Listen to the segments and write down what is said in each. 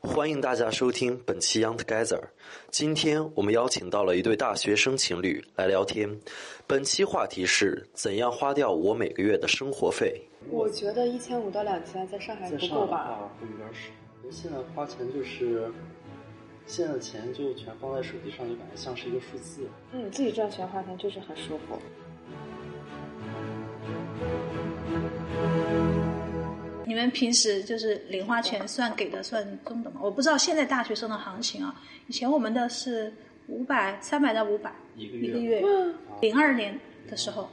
欢迎大家收听本期《Young Together》。今天我们邀请到了一对大学生情侣来聊天，本期话题是怎样花掉我每个月的生活费。我觉得一千五到两千在上海哎在不上够海的吧？话会有点少，因为现在花钱就是，现在的钱就全放在手机上，就感觉像是一个数字。嗯，自己赚钱花钱就是很舒服。你们平时就是零花钱算给的算中的吗？我不知道现在大学生的行情啊，以前我们的是五百、三百到五百一个一个月。啊零二年的时候，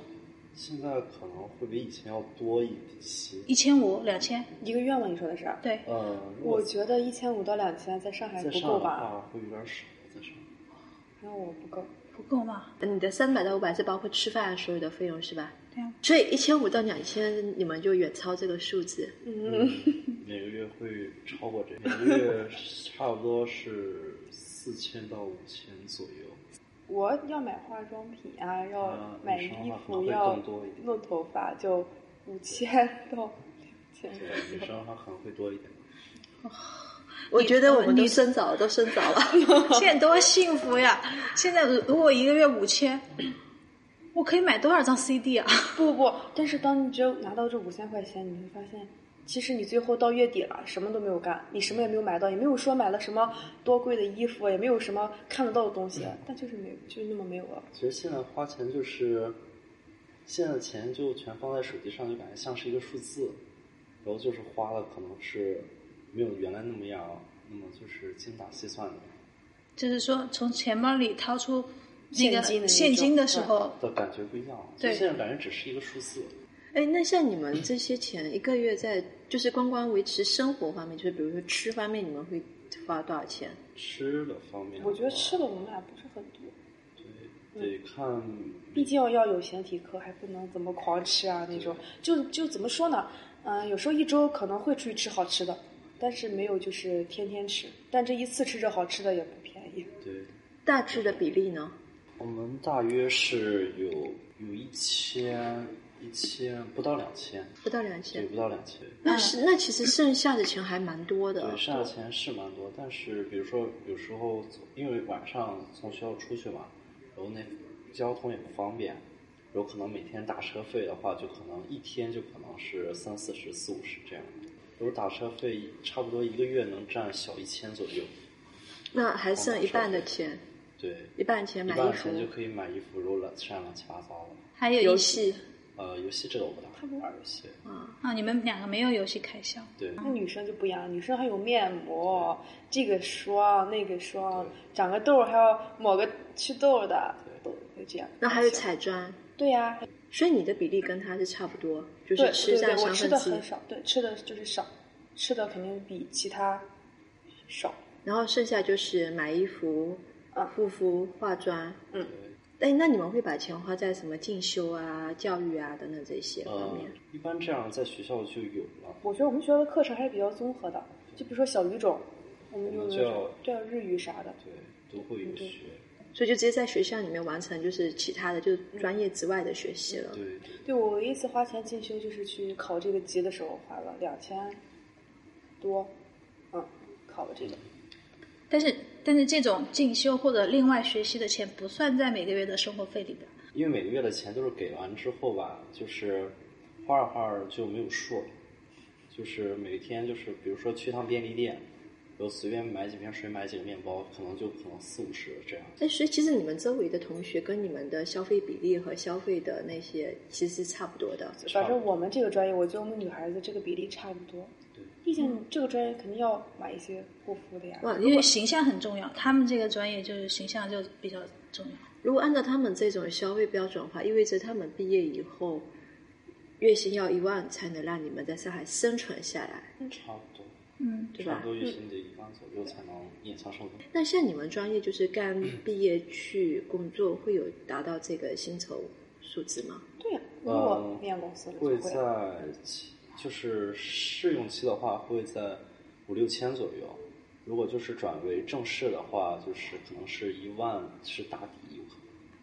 现在可能会比以前要多一些。一千五、两千，一个愿望你说的是？啊对，呃，如我果觉得一千五到两千在上海在不上海够的吧？嗯话会有点少，在上海。然后我不够，不够吗？呃你的三百到五百是包括吃饭所有的费用是吧？对啊。所以一千五到两千，你们就远超这个数字。嗯， 每个月会超过这，每个月差不多是四千到五千左右。我要买化妆品啊，要啊买女生衣的话可服，能会要更多一点弄头发，就五千到两千。，对女生的话可能会多一点。我觉得我们都你生早了，都生早了。 现在多幸福呀！现在如如果一个月五千，我可以买多少张 CD 啊？不不，但是当你只有拿到这五千块钱，你会发现，其实你最后到月底了，什么都没有干，你什么也没有买到，也没有说买了什么多贵的衣服，也没有什么看得到的东西，但就是没有，就是那么没有了。其实现在花钱就是，现在的钱就全放在手机上，就感觉像是一个数字，然后就是花的可能是没有原来那么样，那么就是精打细算的，就是说从钱包里掏出那个现金的那种现金的时候，的感觉不一样。对就现在感觉只是一个数字。哎，那像你们这些钱，一个月在就是光光维持生活方面，就是比如说吃方面，你们会花多少钱？吃的方面的话，我觉得吃的嗯我们俩不是很多，对得看，毕竟要有形体课，还不能怎么狂吃啊那种。就就怎么说呢？嗯、有时候一周可能会出去吃好吃的，但是没有就是天天吃。但这一次吃这好吃的也不便宜。 对，大致的比例呢？我们大约是有有一千一千不到两千，不到两对，千。不到两千。那是那其实剩下的钱还蛮多的对，。剩下的钱是蛮多，但是比如说有时候因为晚上从学校出去嘛，然后那交通也不方便，有可能每天打车费的话，就可能一天就可能是三四十、四五十这样。比如打车费差不多一个月能占小一千左右，那还剩一半的钱，对，一半钱一买半衣的服钱、就可以买衣服，然后乱剩下乱七八糟的。还有一游戏。呃，游戏这个我不打，他不玩游戏，啊，你们两个没有游戏开销。对，那女生就不一样，女生还有面膜，这个霜那个霜对，长个痘儿还要抹个祛痘的，都对会这样。那还有彩妆，对呀、所以你的比例跟他是差不多，就对对是吃对占，我三吃分的之很一，少，对，吃的就是少，吃的肯定比其他少。然后剩下就是买衣服啊嗯、护肤、化妆。嗯，哎，那你们会把钱花在什么进修啊、教育啊等等这些方呃面？，一般这样在学校就有了。我觉得我们学校的课程还是比较综合的，就比如说小语种，我们我用们的就是对啊日语啥的。对，都会有学，所以就直接在学校里面完成，就是其他的，就是专业之外的学习了。对对。对我唯一一次花钱进修就是去考这个级的时候花了两千多，嗯，考了这个。嗯但是但是这种进修或者另外学习的钱不算在每个月的生活费里边。因为每个月的钱都是给完之后吧，就是花着花着就没有数儿，就是每天就是比如说去趟便利店，然后随便买几瓶水，买几个面包，可能就可能四五十这样。哎，所以其实你们周围的同学跟你们的消费比例和消费的那些其实是差不多的。反正我们这个专业，我觉得我们女孩子这个比例差不多。对毕竟这个专业肯定要买一些护肤的呀。哇，因为形象很重要，他们这个专业就是形象就比较重要。如果按照他们这种消费标准的话，意味着他们毕业以后月薪要一万才能让你们在上海生存下来，差不多，嗯，对差吧不？多月薪得一万左右才能勉强生活。那像你们专业就是刚毕业去工作，会有达到这个薪酬数字吗？对呀、如嗯果面公司了就会会在就是试用期的话，会在五六千左右。如果就是转为正式的话，就是可能是一万是打底，有可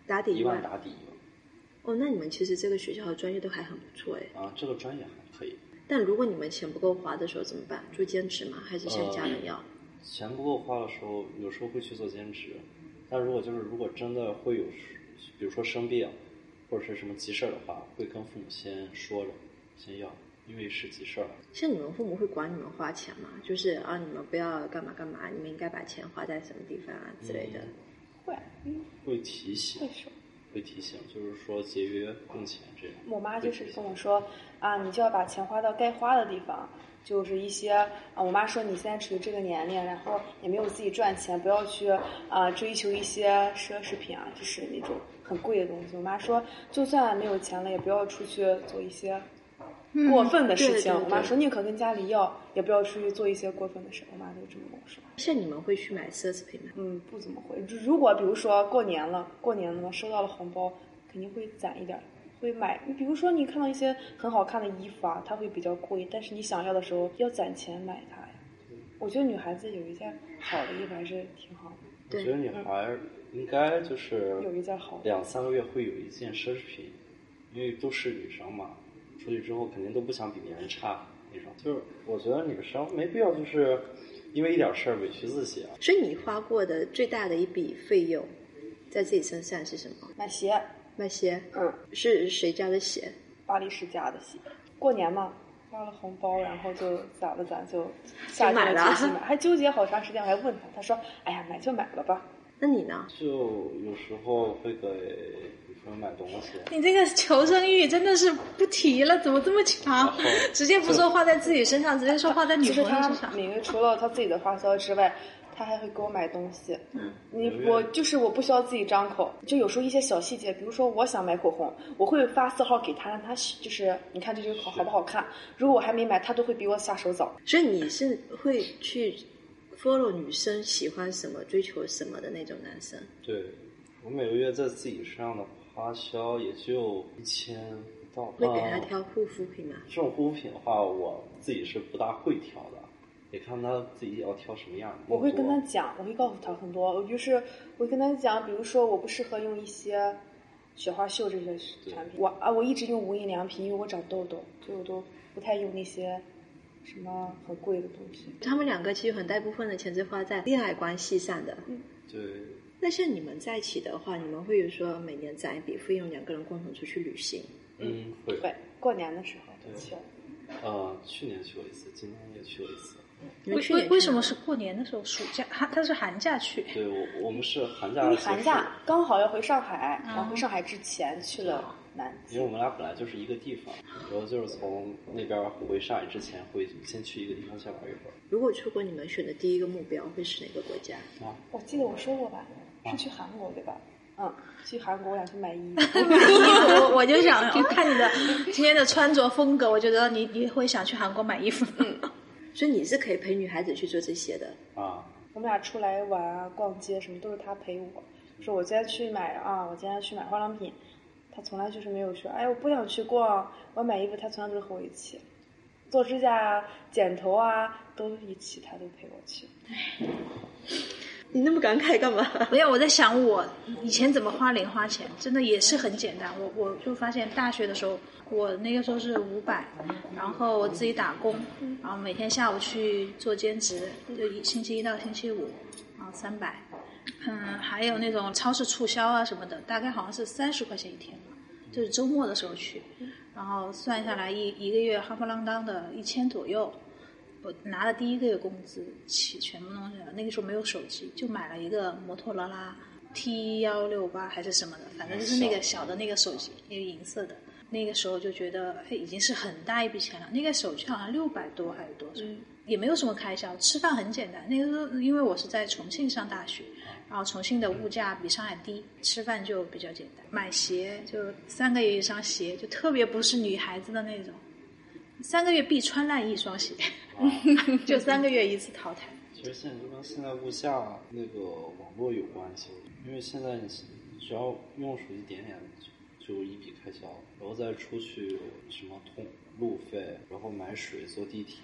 打底能一万万打底一哦，那你们其实这个学校的专业都还很不错哎。万啊，这个专业还可以。但如果你们钱不够花的时候怎么办？做兼职吗？还是像家人要？钱不够花的时候，有时候会去做兼职。但如果就是如果真的会有，比如说生病或者是什么急事儿的话，会跟父母先说着，先要，因为是急事儿。像你们父母会管你们花钱吗？就是啊，你们不要干嘛干嘛，你们应该把钱花在什么地方啊之类的。会，嗯，会提醒会，说。会提醒，就是说节约用钱这样。我妈就是跟我说啊，你就要把钱花到该花的地方，就是一些啊，我妈说你现在处于这个年龄，然后也没有自己赚钱，不要去啊追求一些奢侈品啊，就是那种很贵的东西。我妈说，就算没有钱了，也不要出去做一些过分的事情。嗯对对对我妈说，宁可跟家里要，也不要出去做一些过分的事。我妈就这么跟我说。像你们会去买奢侈品吗？嗯，不怎么会。如如果比如说过年了，过年了收到了红包，肯定会攒一点儿，会买。你比如说你看到一些很好看的衣服啊，它会比较贵，但是你想要的时候要攒钱买它呀。我觉得女孩子有一件好的衣服还是挺好的，我觉得女孩儿应该就是嗯有一件好的。两三个月会有一件奢侈品，因为都是女生嘛，出去之后肯定都不想比别人差那种。就是我觉得女生没必要就是因为一点事儿委屈自己啊。所以你花过的最大的一笔费用，在自己身上是什么？买鞋，买鞋嗯，是谁家的鞋？巴黎世家的鞋。过年嘛，发了红包，然后就攒了攒，就下就买定了决心买，还纠结好长时间。我还问他，他说：“哎呀，买就买了吧。那你呢？就有时候会给女朋友买东西，你这个求生欲真的是不提了，怎么这么强？ 直接不说花在自己身上，直接说花在”女其朋实友他身上。每个月除了他自己的花销之外，他还会给我买东西。嗯你我就是我不需要自己张口，就有时候一些小细节，比如说我想买口红，我会发色号给他，让他选就是你看这句好好不好看。如果我还没买，他都会比我下手早。所以你是会去 follow 女生喜欢什么、追求什么的那种男生？对我每个月在自己身上的花销也就一千不到。会给他嗯挑护肤品吗？这种护肤品的话，我自己是不大会挑的，也看他自己要挑什么样的。我会跟他讲，我会告诉他很多，我就是我会跟他讲，比如说我不适合用一些雪花秀这些产品，我啊我一直用无印良品，因为我长痘痘，所以我都不太用那些什么很贵的东西。他们两个其实有很大一部分的钱是花在恋爱关系上的。对那像你们在一起的话，你们会有说每年攒一笔费用，两个人共同出去旅行？嗯会对，过年的时候对去了。呃去年去过一次，今年也去过一次。你 为们去为年为去什么哪是过年的时候暑假？寒他是寒假 去，对我我们是寒假因为的时候嗯寒假刚好要回上海，嗯然后回上海之前去嗯了南因京为。我们俩本来就是一个地方，然后就是从那边回上海之前会先去一个地方先玩一会儿。如果出国，你们选的第一个目标会是哪个国家？啊，我记得我说过吧，是去韩国对吧？嗯，去韩国我想去买衣服。我我就想哦看你的今天的穿着风格，我觉得你你会想去韩国买衣服。嗯所以你是可以陪女孩子去做这些的。啊，我们俩出来玩啊、逛街什么都是他陪我，说我今天去买啊，我今天去买化妆品，他从来就是没有说，哎，我不想去逛，我要买衣服，他从来都是和我一起，做指甲啊、剪头啊都一起，他都陪我去。你那么感慨干嘛？没有，我在想我以前怎么花零花钱，真的也是很简单。我我就发现大学的时候，我那个时候是五百，然后我自己打工，然后每天下午去做兼职，就一星期一到星期五，然后三百，嗯，还有那种超市促销啊什么的，大概好像是三十块钱一天吧，就是周末的时候去，然后算下来一一个月夯不啷当的一千左右。我拿了第一个月工资起，全部弄下来。那个时候没有手机，就买了一个摩托罗拉 T 幺六八还是什么的，反正就是那个小的那个手机，那个银色的。那个时候就觉得，哎，已经是很大一笔钱了。那个手机好像六百多还是多少，也没有什么开销，吃饭很简单。那个时候因为我是在重庆上大学，然后重庆的物价比上海低，吃饭就比较简单。买鞋就三个月一双鞋，就特别不是女孩子的那种，三个月必穿烂一双鞋。啊就三个月一次淘汰。其实现在就跟现在物价那个网络有关系，因为现在你只要用手机点点就就一笔开销，然后再出去啊什么通路费，然后买水、坐地铁，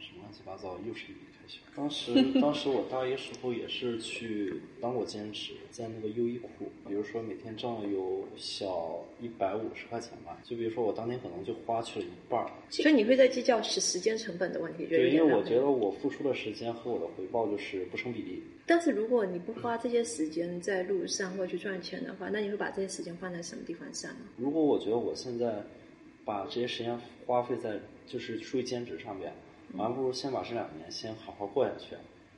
什么乱七八糟又是一笔开退休。当时当时我大一时候也是去当过兼职，在那个优衣库，比如说每天挣了有小一百五十块钱吧，就比如说我当天可能就花去了一半儿。 所以你会在计较时时间成本的问题，觉得对，因有为点浪我费觉得我付出的时间和我的回报就是不成比例。但是如果你不花这些时间在路上或者去赚钱的话，那你会把这些时间放在什么地方上呢？如果我觉得我现在把这些时间花费在就是出去兼职上面，我还不如先把这两年先好好过下去，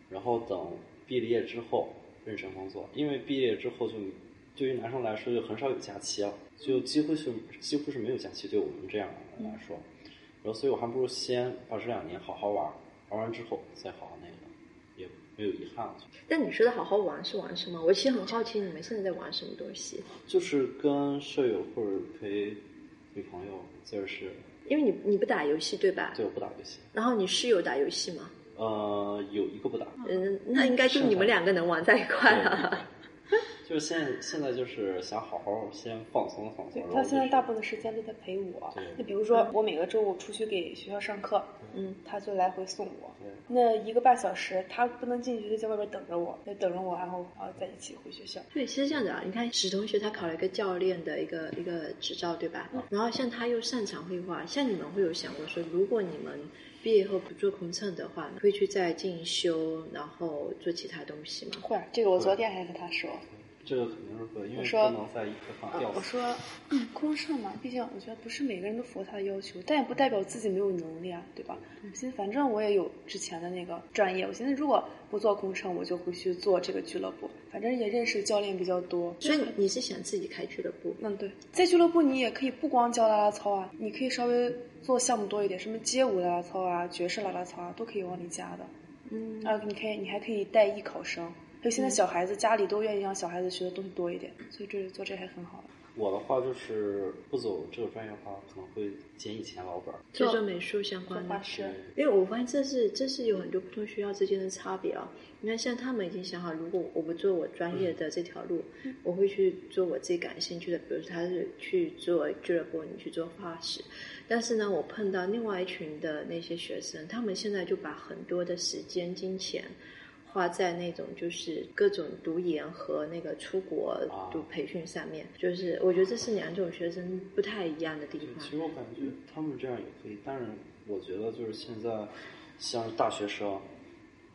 然后等毕了业之后认真工作。因为毕业之后就对于男生来说就很少有假期啊，就几乎是几乎是没有假期，对我们这样的人来说。然后所以我还不如先把这两年好好玩儿，玩完之后再好好那个，也没有遗憾了。但你说的好好玩是玩什么？我其实很好奇你们现在在玩什么东西，就是跟舍友或者陪女朋友，就是因为你你不打游戏对吧？对我不打游戏。然后你室友打游戏吗？呃，有一个不打，嗯，那应该就你们两个能玩在一块了。就是现在现在就是想好好先放松放对。松然后他就现在是大部分时间都在陪我对。嗯那比如说，我每个周五出去给学校上课，嗯，他就来回送我对。那一个半小时，他不能进去，就在外边等着我，就等着我，然后然后再一起回学校。 对，其实这样子啊，你看史同学他考了一个教练的一个一个执照，对吧？然后像他又擅长绘画，像你们会有想过说，如果你们毕业后不做空乘的话，会去再进修，然后做其他东西吗？会儿，啊这个我啊昨天还跟他说，这个肯定是不，因为我说不能在一个上嗯吊我死。说，嗯，空乘嘛，毕竟我觉得不是每个人都符合他的要求，但也不代表自己没有能力啊，对吧？嗯我寻思，反正我也有之前的那个专业，我寻思如果不做空乘，我就回去做这个俱乐部，反正也认识教练比较多。所以你是想自己开俱乐部？嗯，对，在俱乐部你也可以不光教啦啦操啊，你可以稍微做项目多一点，什么街舞啦啦操啊、爵士啦啦操啊，都可以往里加的。嗯，啊，你可以，你还可以带艺考生，还有现嗯在小孩子家里都愿意让小孩子学的东西多一点，所以这做这还很好。我的话就是不走这个专业的话，可能会捡以前老本儿。就做做美术嗯相关的。师因为我发现这是这是有很多不同学校之间的差别啊。你看，像他们已经想好，如果我不做我专业的这条路，我会去做我自己感兴趣的，比如说他是去做俱乐部，你去做画室。但是呢，我碰到另外一群的那些学生，他们现在就把很多的时间、金钱。花在那种就是各种读研和那个出国啊读培训上面，就是我觉得这是两种学生不太一样的地嗯对，方其。实我感觉他们这样也可以，但是我觉得就是现在像是大学生，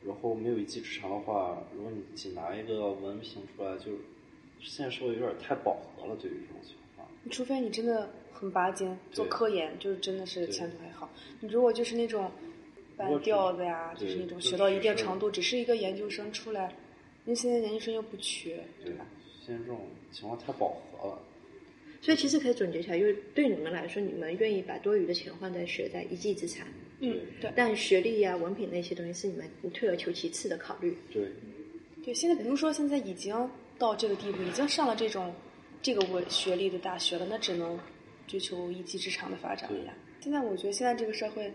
然后没有一技之长的话，如果你仅拿一个文凭出来，就是现在社会有点太饱和了，对于这种情况。除非你真的很拔尖，做对科研就是真的是对前途还好。你如果就是那种如半果只吊子呀，就对是那种就学到只一定是程度，只是一个研究生出来，因为现在研究生又不缺，对，现在这种情况太饱和了。所以其实可以总结起来，就是对你们来说，你们愿意把多余的钱放在学在一技之长，嗯，对但学历呀、文凭那些东西是你们退而求其次的考虑。对，对。现在比如说现在已经到这个地步，已经上了这种这个我学历的大学了，那只能追求一技之长的发展了呀。现在我觉得现在这个社会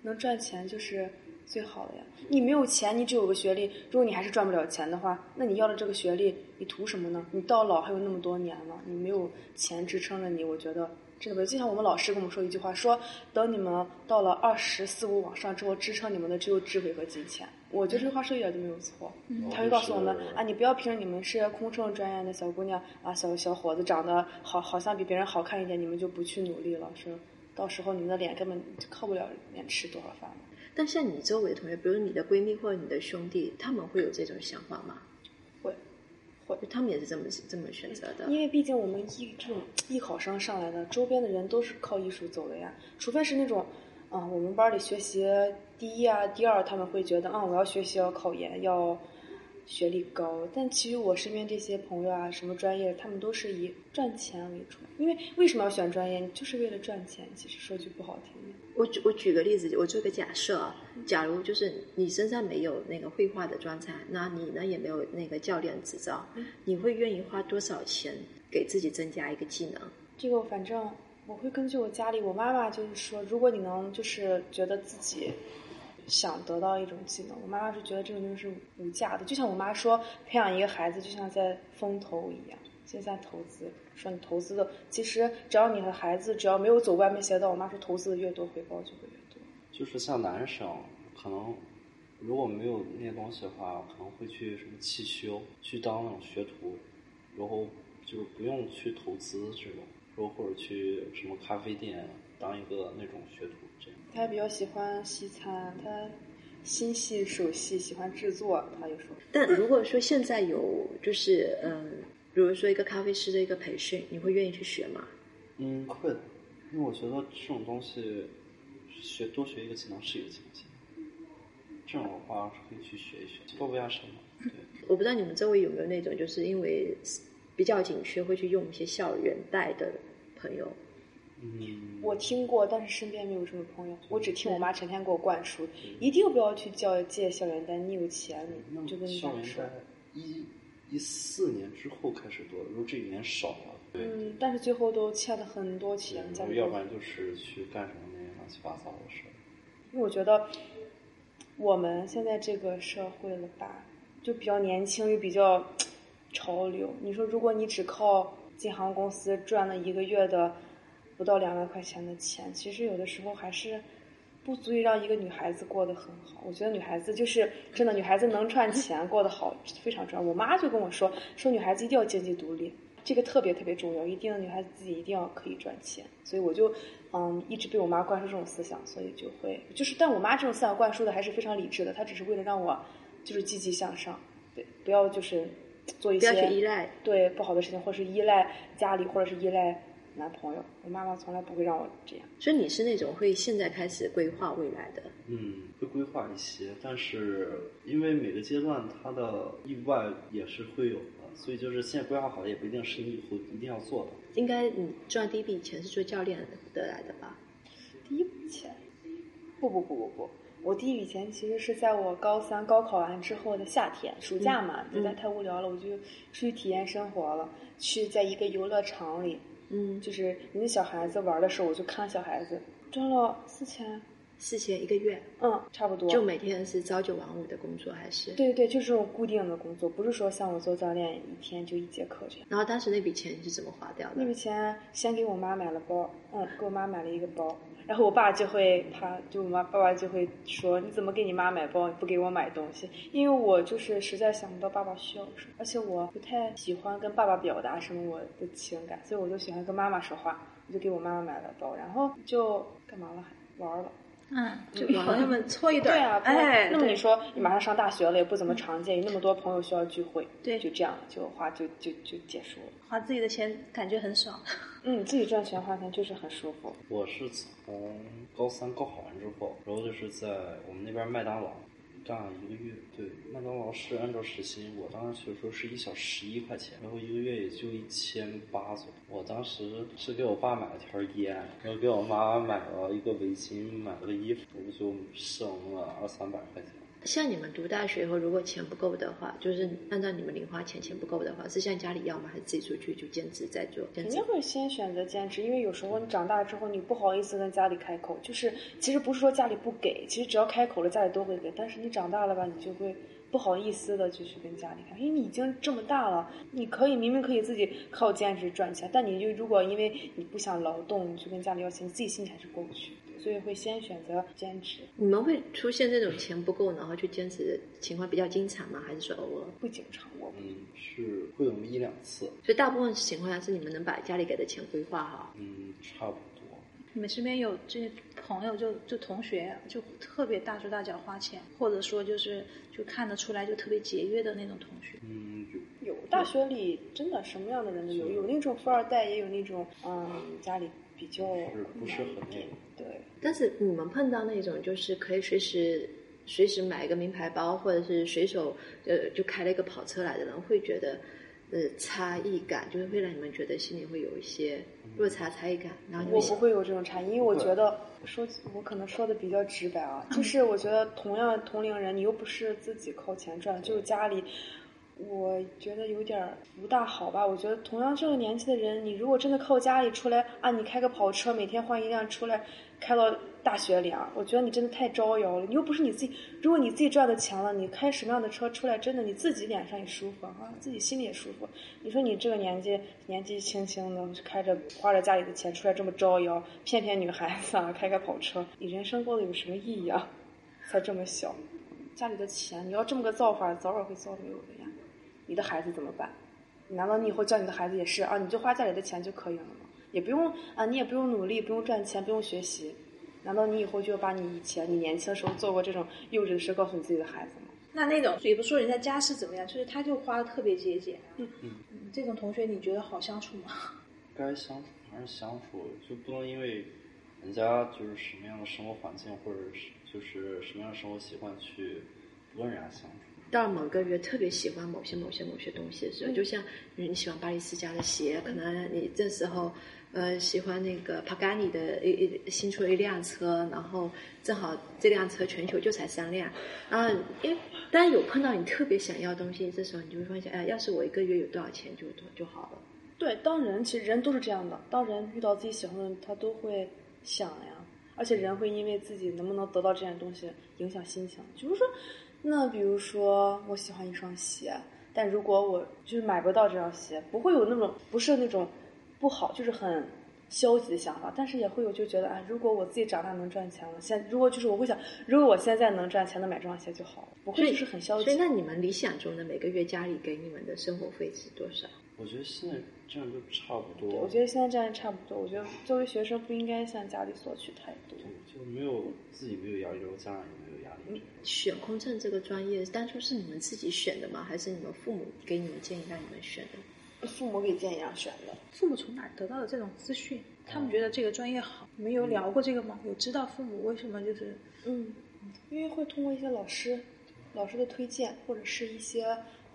能赚钱就是最好的呀。你没有钱，你只有个学历，如果你还是赚不了钱的话，那你要了这个学历，你图什么呢？你到老还有那么多年了，你没有钱支撑着你，我觉得真的不行。就像我们老师跟我们说一句话，说等你们到了二十四五往上之后，支撑你们的只有智慧和金钱。我觉得这话说一点都没有错。他会告诉我们就是啊，你不要凭着你们是空乘专业的小姑娘啊，小小伙子长得好，好像比别人好看一点，你们就不去努力了，说到时候你们的脸根本就靠不了脸吃多少饭。但像你周围的同学，比如你的闺蜜或者你的兄弟，他们会有这种想法吗？会，就他们也是这么这么选择的。因为毕竟我们艺这种艺考生上来的，周边的人都是靠艺术走的呀，除非是那种，啊、我们班里学习第一啊、第二，他们会觉得啊、我要学习，要考研，要学历高。但其实我身边这些朋友啊，什么专业，他们都是以赚钱为主。因为为什么要选专业，就是为了赚钱。其实说句不好听的，我举我举个例子，我做个假设啊，假如就是你身上没有那个绘画的专长，那你呢也没有那个教练执照，嗯你会愿意花多少钱给自己增加一个技能？这个反正我会根据我家里，我妈妈就是说，如果你能就是觉得自己想得到一种技能，我妈妈是觉得这种东西是无价的。就像我妈说，培养一个孩子就像在风投一样，就像投资。说你投资的，其实只要你和孩子只要没有走歪门邪道，我妈说投资的越多，回报就会越多。就是像男生，可能如果没有那些东西的话，我可能会去什么汽修，去当那种学徒，然后就是不用去投资这种，然后或者去什么咖啡店当一个那种学徒这样。他比较喜欢西餐，他心细手细，喜欢制作。他就说，但如果说现在有就是嗯，比如说一个咖啡师的一个培训，你会愿意去学吗？嗯，会的，因为我觉得这种东西学多学一个技能是一个技能。这种的话可以去学一学，多不压身嘛。对，我不知道你们周围有没有那种就是因为比较紧缺会去用一些校园贷的朋友。嗯，我听过，但是身边没有这种朋友。我只听我妈成天给我灌输，一定不要去叫借校园贷，你有钱那你么就跟你校爸园说。贷一一四年之后开始多了，如果这一年少了，对，嗯，但是最后都欠了很多钱，家然后里要都不然就是去干什么那些乱七八糟的事儿。因为我觉得我们现在这个社会了吧，就比较年轻，又比较潮流。你说，如果你只靠进航公司赚了一个月的不到两万块钱的钱，其实有的时候还是不足以让一个女孩子过得很好。我觉得女孩子就是真的，女孩子能赚钱过得好非常重要。我妈就跟我说，说女孩子一定要经济独立。这个特别特别重要，一定女孩子自己一定要可以赚钱，所以我就嗯一直被我妈灌输这种思想，所以就会就是，但我妈这种思想灌输的还是非常理智的，她只是为了让我就是积极向上，对，不要就是做一些不要去依赖，对不好的事情，或是依赖家里，或者是依赖男朋友。我妈妈从来不会让我这样。所以你是那种会现在开始规划未来的。嗯，会规划一些，但是因为每个阶段它的意外也是会有的，所以就是现在规划好了，也不一定是你以后一定要做的。应该你赚第一笔钱是做教练得来的吧？第一笔钱？不不不不不，我第一笔钱其实是在我高三高考完之后的夏天，暑假嘛，嗯实在太无聊了，我就出去体验生活了，去在一个游乐场里，嗯，就是人家小孩子玩的时候，我就看小孩子，赚了四千，四千一个月，嗯，差不多。就每天是朝九晚五的工作还是？。对对对，就是这种固定的工作，不是说像我做教练一天就一节课这样。然后当时那笔钱是怎么花掉那笔的？钱先给我妈买了包，嗯，给我妈买了一个包，然后我爸就会，他就我妈爸爸就会说，你怎么给你妈买包，不给我买东西？因为我就是实在想不到爸爸需要什么，而且我不太喜欢跟爸爸表达什么我的情感，所以我就喜欢跟妈妈说话，我就给我妈妈买了包，然后就干嘛了？还玩了。嗯，就朋友们搓一顿，对啊，不然哎，那么对你说你马上上大学了，也不怎么常见，有那么多朋友需要聚会，对就这样就话就就就结束了。花自己的钱感觉很爽，嗯，自己赚钱花钱就是很舒服。我是从高三高考完之后，然后就是在我们那边麦当劳干了一个月。对，麦当劳是按照时薪，我当时去的时候是一小时一块钱，然后一个月也就一千八左右。我当时是给我爸买了条烟，然后给我妈买了一个围巾，买了个衣服，我就剩了二三百块钱。像你们读大学以后，如果钱不够的话，就是按照你们零花钱钱不够的话，是向家里要吗？还是自己出去就兼职再做？兼肯职定会先选择兼职，因为有时候你长大之后，你不好意思跟家里开口。就是其实不是说家里不给，其实只要开口了，家里都会给。但是你长大了吧，你就会不好意思的就去跟家里开，因为你已经这么大了，你可以明明可以自己靠兼职赚钱，但你就如果因为你不想劳动，你去跟家里要钱，你自己心里还是过不去，所以会先选择兼职，你们会出现这种钱不够然后去兼职的情况比较经常吗？还是说偶尔？不经常我。嗯，是会有那么一两次，所以大部分情况下是你们能把家里给的钱规划好。嗯，差不多。你们身边有这些朋友就，就同学，就特别大手大脚花钱，或者说就是就看得出来就特别节约的那种同学。嗯，有有大学里真的什么样的人都有，有那种富二代，也有那种嗯家里比较是不是困很难一那点个？对。但是你们碰到那种就是可以随时随时买一个名牌包，或者是随手呃就开了一个跑车来的人，会觉得呃差异感，就是会让你们觉得心里会有一些落差差异感，然后你我不们想会有这种差异，因为我觉得说我可能说的比较直白啊，嗯就是我觉得同样同龄人，你又不是自己靠钱赚，就是家里。我觉得有点儿不大好吧。我觉得同样这个年纪的人，你如果真的靠家里出来啊，你开个跑车，每天换一辆出来，开到大学里啊，我觉得你真的太招摇了。你又不是你自己，如果你自己赚的钱了，你开什么样的车出来，真的你自己脸上也舒服啊，自己心里也舒服。你说你这个年纪，年纪轻轻的，开着花着家里的钱出来这么招摇，骗骗女孩子啊，开开跑车，你人生过得有什么意义啊？才这么小，家里的钱，你要这么个造法，早晚会造没有的呀。你的孩子怎么办？难道你以后教你的孩子也是啊？你就花家里的钱就可以了吗？也不用啊，你也不用努力，不用赚钱，不用学习。难道你以后就要把你以前你年轻的时候做过这种幼稚的事告诉你自己的孩子吗？那那种也不说人家家世怎么样，就是他就花的特别节俭。嗯嗯，这种同学你觉得好相处吗？该相处还是相处，就不能因为人家就是什么样的生活环境或者是就是什么样的生活习惯去不跟人家相处。到了某个月特别喜欢某些某些某些东西的时嗯候，就像你喜欢巴黎世家的鞋，可能你这时候呃喜欢那个帕甘尼的一一新出了一辆车，然后正好这辆车全球就才三辆，啊，因为当有碰到你特别想要的东西，这时候你就会发现，哎，要是我一个月有多少钱就多就好了。对，当人其实人都是这样的，当人遇到自己喜欢的，他都会想呀，而且人会因为自己能不能得到这件东西影响心情。比如说，那比如说我喜欢一双鞋，但如果我就是买不到这双鞋，不会有那种不是那种不好，就是很消极的想法，但是也会有就觉得，哎，如果我自己长大能赚钱了，现如果就是我会想，如果我现在能赚钱，能买这双鞋就好了，不所会以就是很消所以极。那你们理想中的每个月家里给你们的生活费是多少？我觉得现在这样就差不对多我，觉得现在这样也差不多。我觉得作为学生不应该向家里索取太多。就没有自己没有压力，然后家长也没有压力。选空乘这个专业当初是你们自己选的吗？还是你们父母给你们建议让你们选的？父母给建议让选的，父母从哪儿得到的这种资讯？他们觉得这个专业好，你们有聊过这个吗？有知道父母为什么就是嗯，因为会通过一些老师、老师的推荐，或者是一些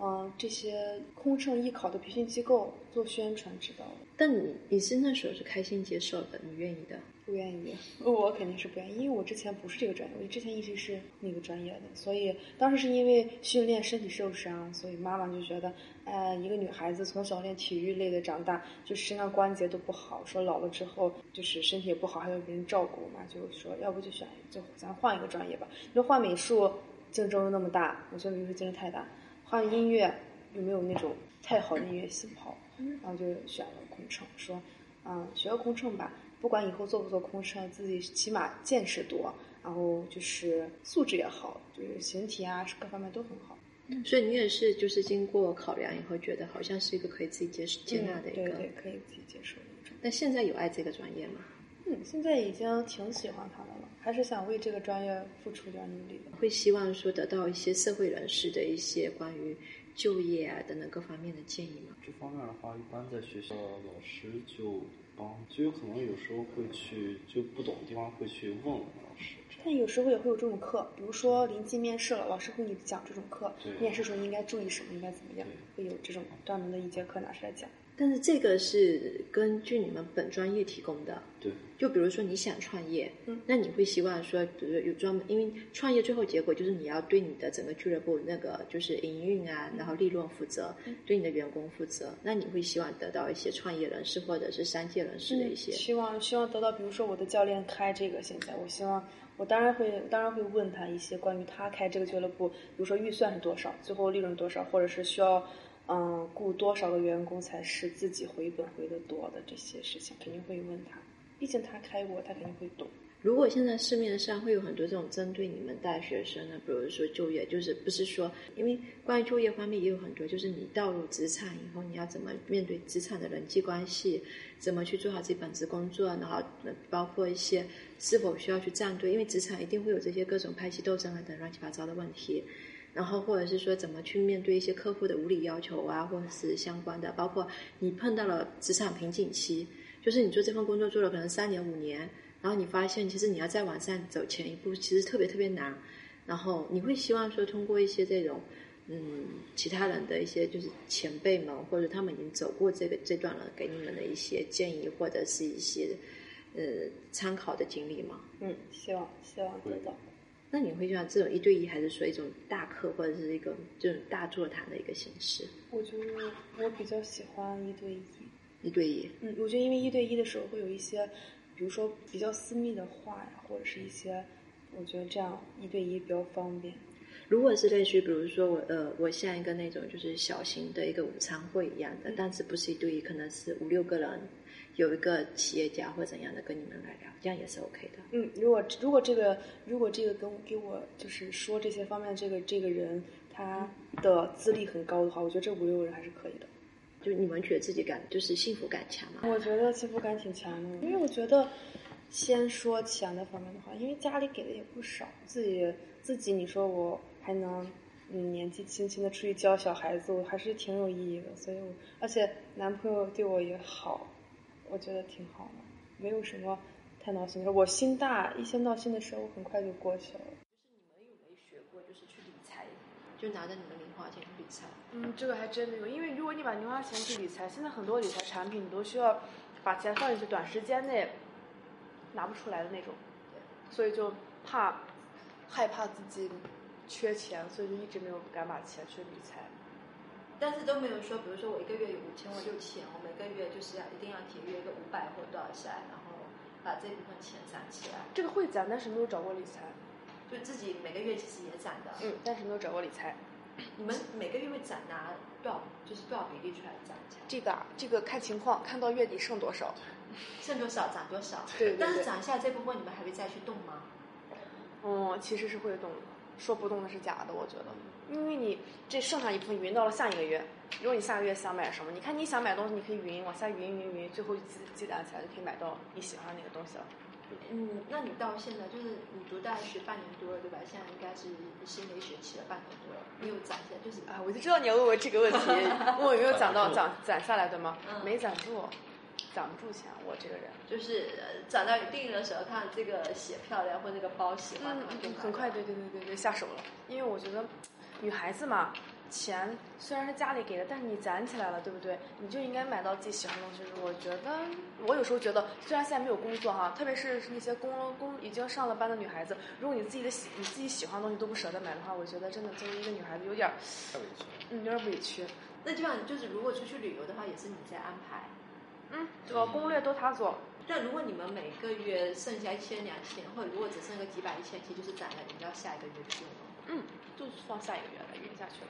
嗯、呃这些空乘艺考的培训机构做宣传知道的。但你你是那时候是开心接受的，你愿意的。不愿意，我肯定是不愿意，因为我之前不是这个专业，我之前一直是那个专业的，所以当时是因为训练身体受伤，所以妈妈就觉得，呃，一个女孩子从小练体育类的长大，就身上关节都不好，说老了之后就是身体也不好，还有别人照顾嘛，就说要不就选，就咱换一个专业吧。你说换美术竞争又那么大，我觉得美术竞争太大，换音乐有没有那种太好的音乐细胞？然后就选了空乘，说，嗯，学个空乘吧，不管以后做不做空乘，自己起码见识多，然后就是素质也好，就是形体啊各方面都很好。所以你也是就是经过考量以后，觉得好像是一个可以自己接受接纳的一嗯对个。对，可以自己接受的那种。那现在有爱这个专业吗？嗯，现在已经挺喜欢它的了，还是想为这个专业付出点努力的。会希望说得到一些社会人士的一些关于就业啊等等各方面的建议吗？这方面的话，一般在学校老师就帮，就有可能有时候会去就不懂的地方会去问我们老师，这样但有时候也会有这种课，比如说临近面试了，老师会给你讲这种课，对面试时候应该注意什么，应该怎么样，会有这种专门的一节课拿出来讲。但是这个是根据你们本专业提供的，对。就比如说你想创业，嗯那你会希望说，比如有专门，因为创业最后结果就是你要对你的整个俱乐部那个就是营运啊，然后利润负责，对你的员工负责。那你会希望得到一些创业人士或者是商界人士的一些，希望希望得到，比如说我的教练开这个，现在我希望我当然会当然会问他一些关于他开这个俱乐部，比如说预算是多少，最后利润多少，或者是需要嗯雇多少个员工才是自己回本回的多的这些事情，肯定会问他，毕竟他开过，他肯定会懂。如果现在市面上会有很多这种针对你们大学生啊的，比如说就业，就是不是说，因为关于就业方面也有很多，就是你到入职场以后，你要怎么面对职场的人际关系，怎么去做好自己本职工作，然后呃包括一些是否需要去站队，因为职场一定会有这些各种派系斗争啊等乱七八糟的问题。然后或者是说怎么去面对一些客户的无理要求啊，或者是相关的，包括你碰到了职场瓶颈期，就是你做这份工作做了可能三年五年，然后你发现其实你要再往上走前一步，其实特别特别难。然后你会希望说通过一些这种，嗯，其他人的一些就是前辈们或者他们已经走过这个这段了，给你们的一些建议或者是一些呃参考的经历吗？嗯，希望希望得到。那你会希望这种一对一，还是说一种大课或者是一个这种大座谈的一个形式？我觉得我比较喜欢一对一。一对一，嗯，我觉得因为一对一的时候会有一些，比如说比较私密的话呀，或者是一些，我觉得这样一对一比较方便。如果是类似于比如说我呃，我像一个那种就是小型的一个午餐会一样的，但是不是一对一，可能是五六个人，有一个企业家或怎样的跟你们来聊，这样也是 OK 的。嗯，如果如果这个如果这个跟给我就是说这些方面的这个这个人他的资历很高的话，我觉得这五六个人还是可以的。就你们觉得自己感就是幸福感强嘛？我觉得幸福感挺强的，因为我觉得，先说钱的方面的话，因为家里给的也不少，自己自己你说我还能，嗯，年纪轻轻的出去教小孩子，我还是挺有意义的。所以我，而且男朋友对我也好，我觉得挺好的，没有什么太闹心的事。我心大，一些闹心的事我很快就过去了。学过就是去理财，就拿着你们零花钱去理财。嗯，这个还真没有，因为如果你把零花钱去理财，现在很多理财产品你都需要把钱放进去，短时间内拿不出来的那种，所以就怕害怕自己缺钱，所以就一直没有敢把钱去理财。但是都没有说，比如说我一个月有五千或六千，我每个月就是要一定要节约个五百或多少下来，然后把这部分钱攒起来，这个会攒，但是没有找过理财。就自己每个月其实也攒的。嗯，但是没有找过理财。你们每个月会攒拿多少，就是多少比例出来攒起来？这个啊，这个看情况，看到月底剩多少。剩多少攒多少。对对但是对攒下来这部分，你们还会再去动吗？嗯，其实是会动的，说不动的是假的，我觉得，因为你这剩下一部分匀到了下一个月，如果你下个月想买什么，你看你想买东西，你可以匀往下匀匀匀，最后积积攒起来就可以买到你喜欢那个东西了。嗯，那你到现在就是你读大学半年多了，对吧？现在应该是新的一学期了，半年多了，你有攒下来就是呃啊，我就知道你要问我这个问 题，问我有没有攒到攒不住攒攒下来，对吗？嗯没攒住，攒不住钱，我这个人，就是呃攒到一定的时候，看这个写漂亮或这个包喜欢的话嗯就买了嗯很快，对对对对对，下手了，因为我觉得女孩子嘛。钱虽然是家里给的，但是你攒起来了，对不对？你就应该买到自己喜欢的东西。我觉得，我有时候觉得，虽然现在没有工作哈，特别是那些工工已经上了班的女孩子，如果你自己的喜你自己喜欢的东西都不舍得买的话，我觉得真的作为一个女孩子，有点儿太委屈了。嗯有点儿委屈。那基本上就是如果出去旅游的话，也是你在安排。嗯，这个攻略都他做。但如果你们每个月剩下一千两千，或者如果只剩个几百一千，其实就是攒了，你到下一个月去用了。嗯，就放下一个月来匀下去了。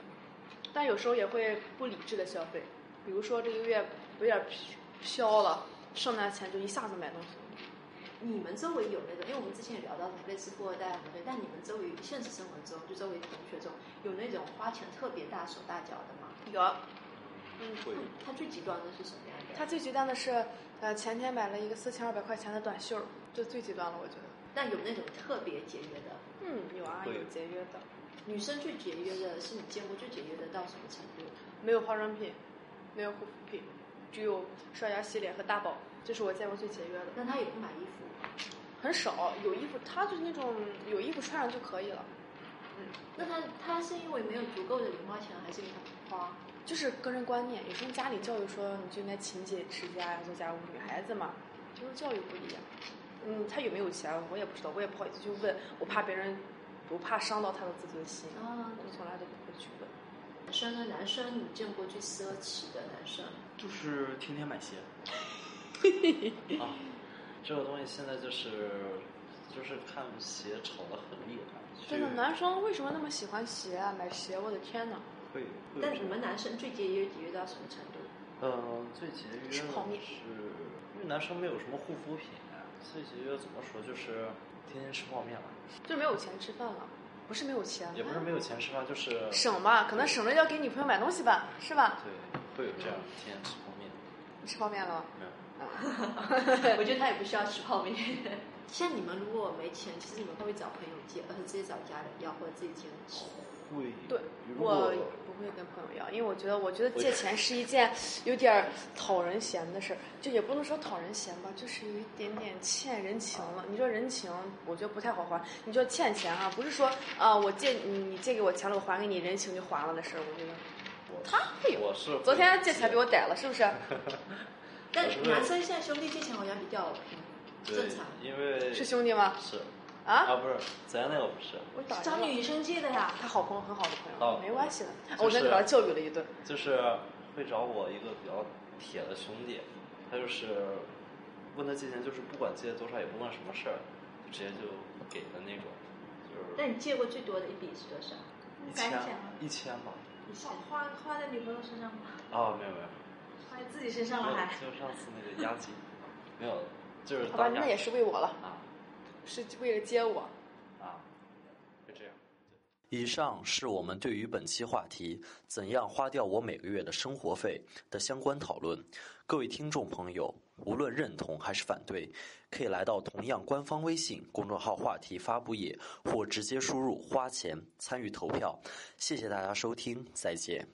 但有时候也会不理智的消费，比如说这个月有点飘了，剩下钱就一下子买东西。你们周围有那种，因为我们之前也聊到类似富二代啊什么的，但你们周围现实生活中，就周围同学中有那种花钱特别大手大脚的吗？有啊，会嗯，他最极端的是什么样的？他最极端的是，呃，前天买了一个四千二百块钱的短袖儿，这最极端了，我觉得。但有那种特别节约的，嗯，有啊，会有节约的，女生最节约的是你见过最节约的到什么程度？没有化妆品，没有护肤品，只有刷牙、洗脸和大宝，这是我见过最节约的，那她也不买衣服，很少有衣服，他就是那种有衣服穿上就可以了。嗯那她她是因为没有足够的零花钱，还是因为她不花？就是个人观念，也是家里教育说你就应该勤俭持家呀，做家务，女孩子嘛，就是教育不一样。嗯，她有没有钱我也不知道，我也不好意思去问，我怕别人，我怕伤到她的自尊心，啊，我从来都不会去问。男生呢？男生你见过最奢侈的男生？就是天天买鞋。 啊，这个东西现在就是就是看鞋炒得很厉害，真的，去男生为什么那么喜欢鞋啊？买鞋，我的天呐！会会有但这你种们男生最节约节约到什么程度？呃，最节约的吃是泡面，因为男生没有什么护肤品，最节约怎么说就是天天吃泡面吧，就没有钱吃饭了，不是没有钱，也不是没有钱吃饭，就是啊省嘛，可能省着要给女朋友买东西吧，是吧？对，会有这样天天吃泡面，你吃泡面了嗯吗？没有。我觉得他也不需要吃泡面。 像你们如果没钱，其实你们会不会找朋友借，而是直接找家里要，或者自己兼职？会对，如我果不会跟朋友要，因为我觉得，我觉得借钱是一件有点儿讨人嫌的事儿，就也不能说讨人嫌吧，就是有一点点欠人情了。你说人情，我觉得不太好还。你说欠钱啊，不是说啊、我借你，你借给我钱了，我还给你，人情就还了的事儿，我觉得。他会有我是会昨天借钱比我逮了，是不是？但我是男生现在兄弟借钱好像比较嗯 对正常。因为是兄弟吗？是啊啊，不是咱那个不是，我打找女生借的呀，他好朋友，很好的朋友，哦没关系的。就是我昨天把他教育了一顿。就是会找我一个比较铁的兄弟，他就是问他借钱，就是不管借多少也不问什么事儿，就直接就给的那种，就那是你借过最多的一笔是多少？一敢千讲一千吧。一千。花花在女朋友身上吗？啊，没有没有，花在自己身 上没有就上次那个押金，没有，就是好吧，当下那也是为我了，啊是为了接我。啊，就这样。以上是我们对于本期话题“怎样花掉我每个月的生活费”的相关讨论。各位听众朋友，无论认同还是反对，可以来到同样官方微信公众号话题发布页，或直接输入“花钱”参与投票。谢谢大家收听，再见。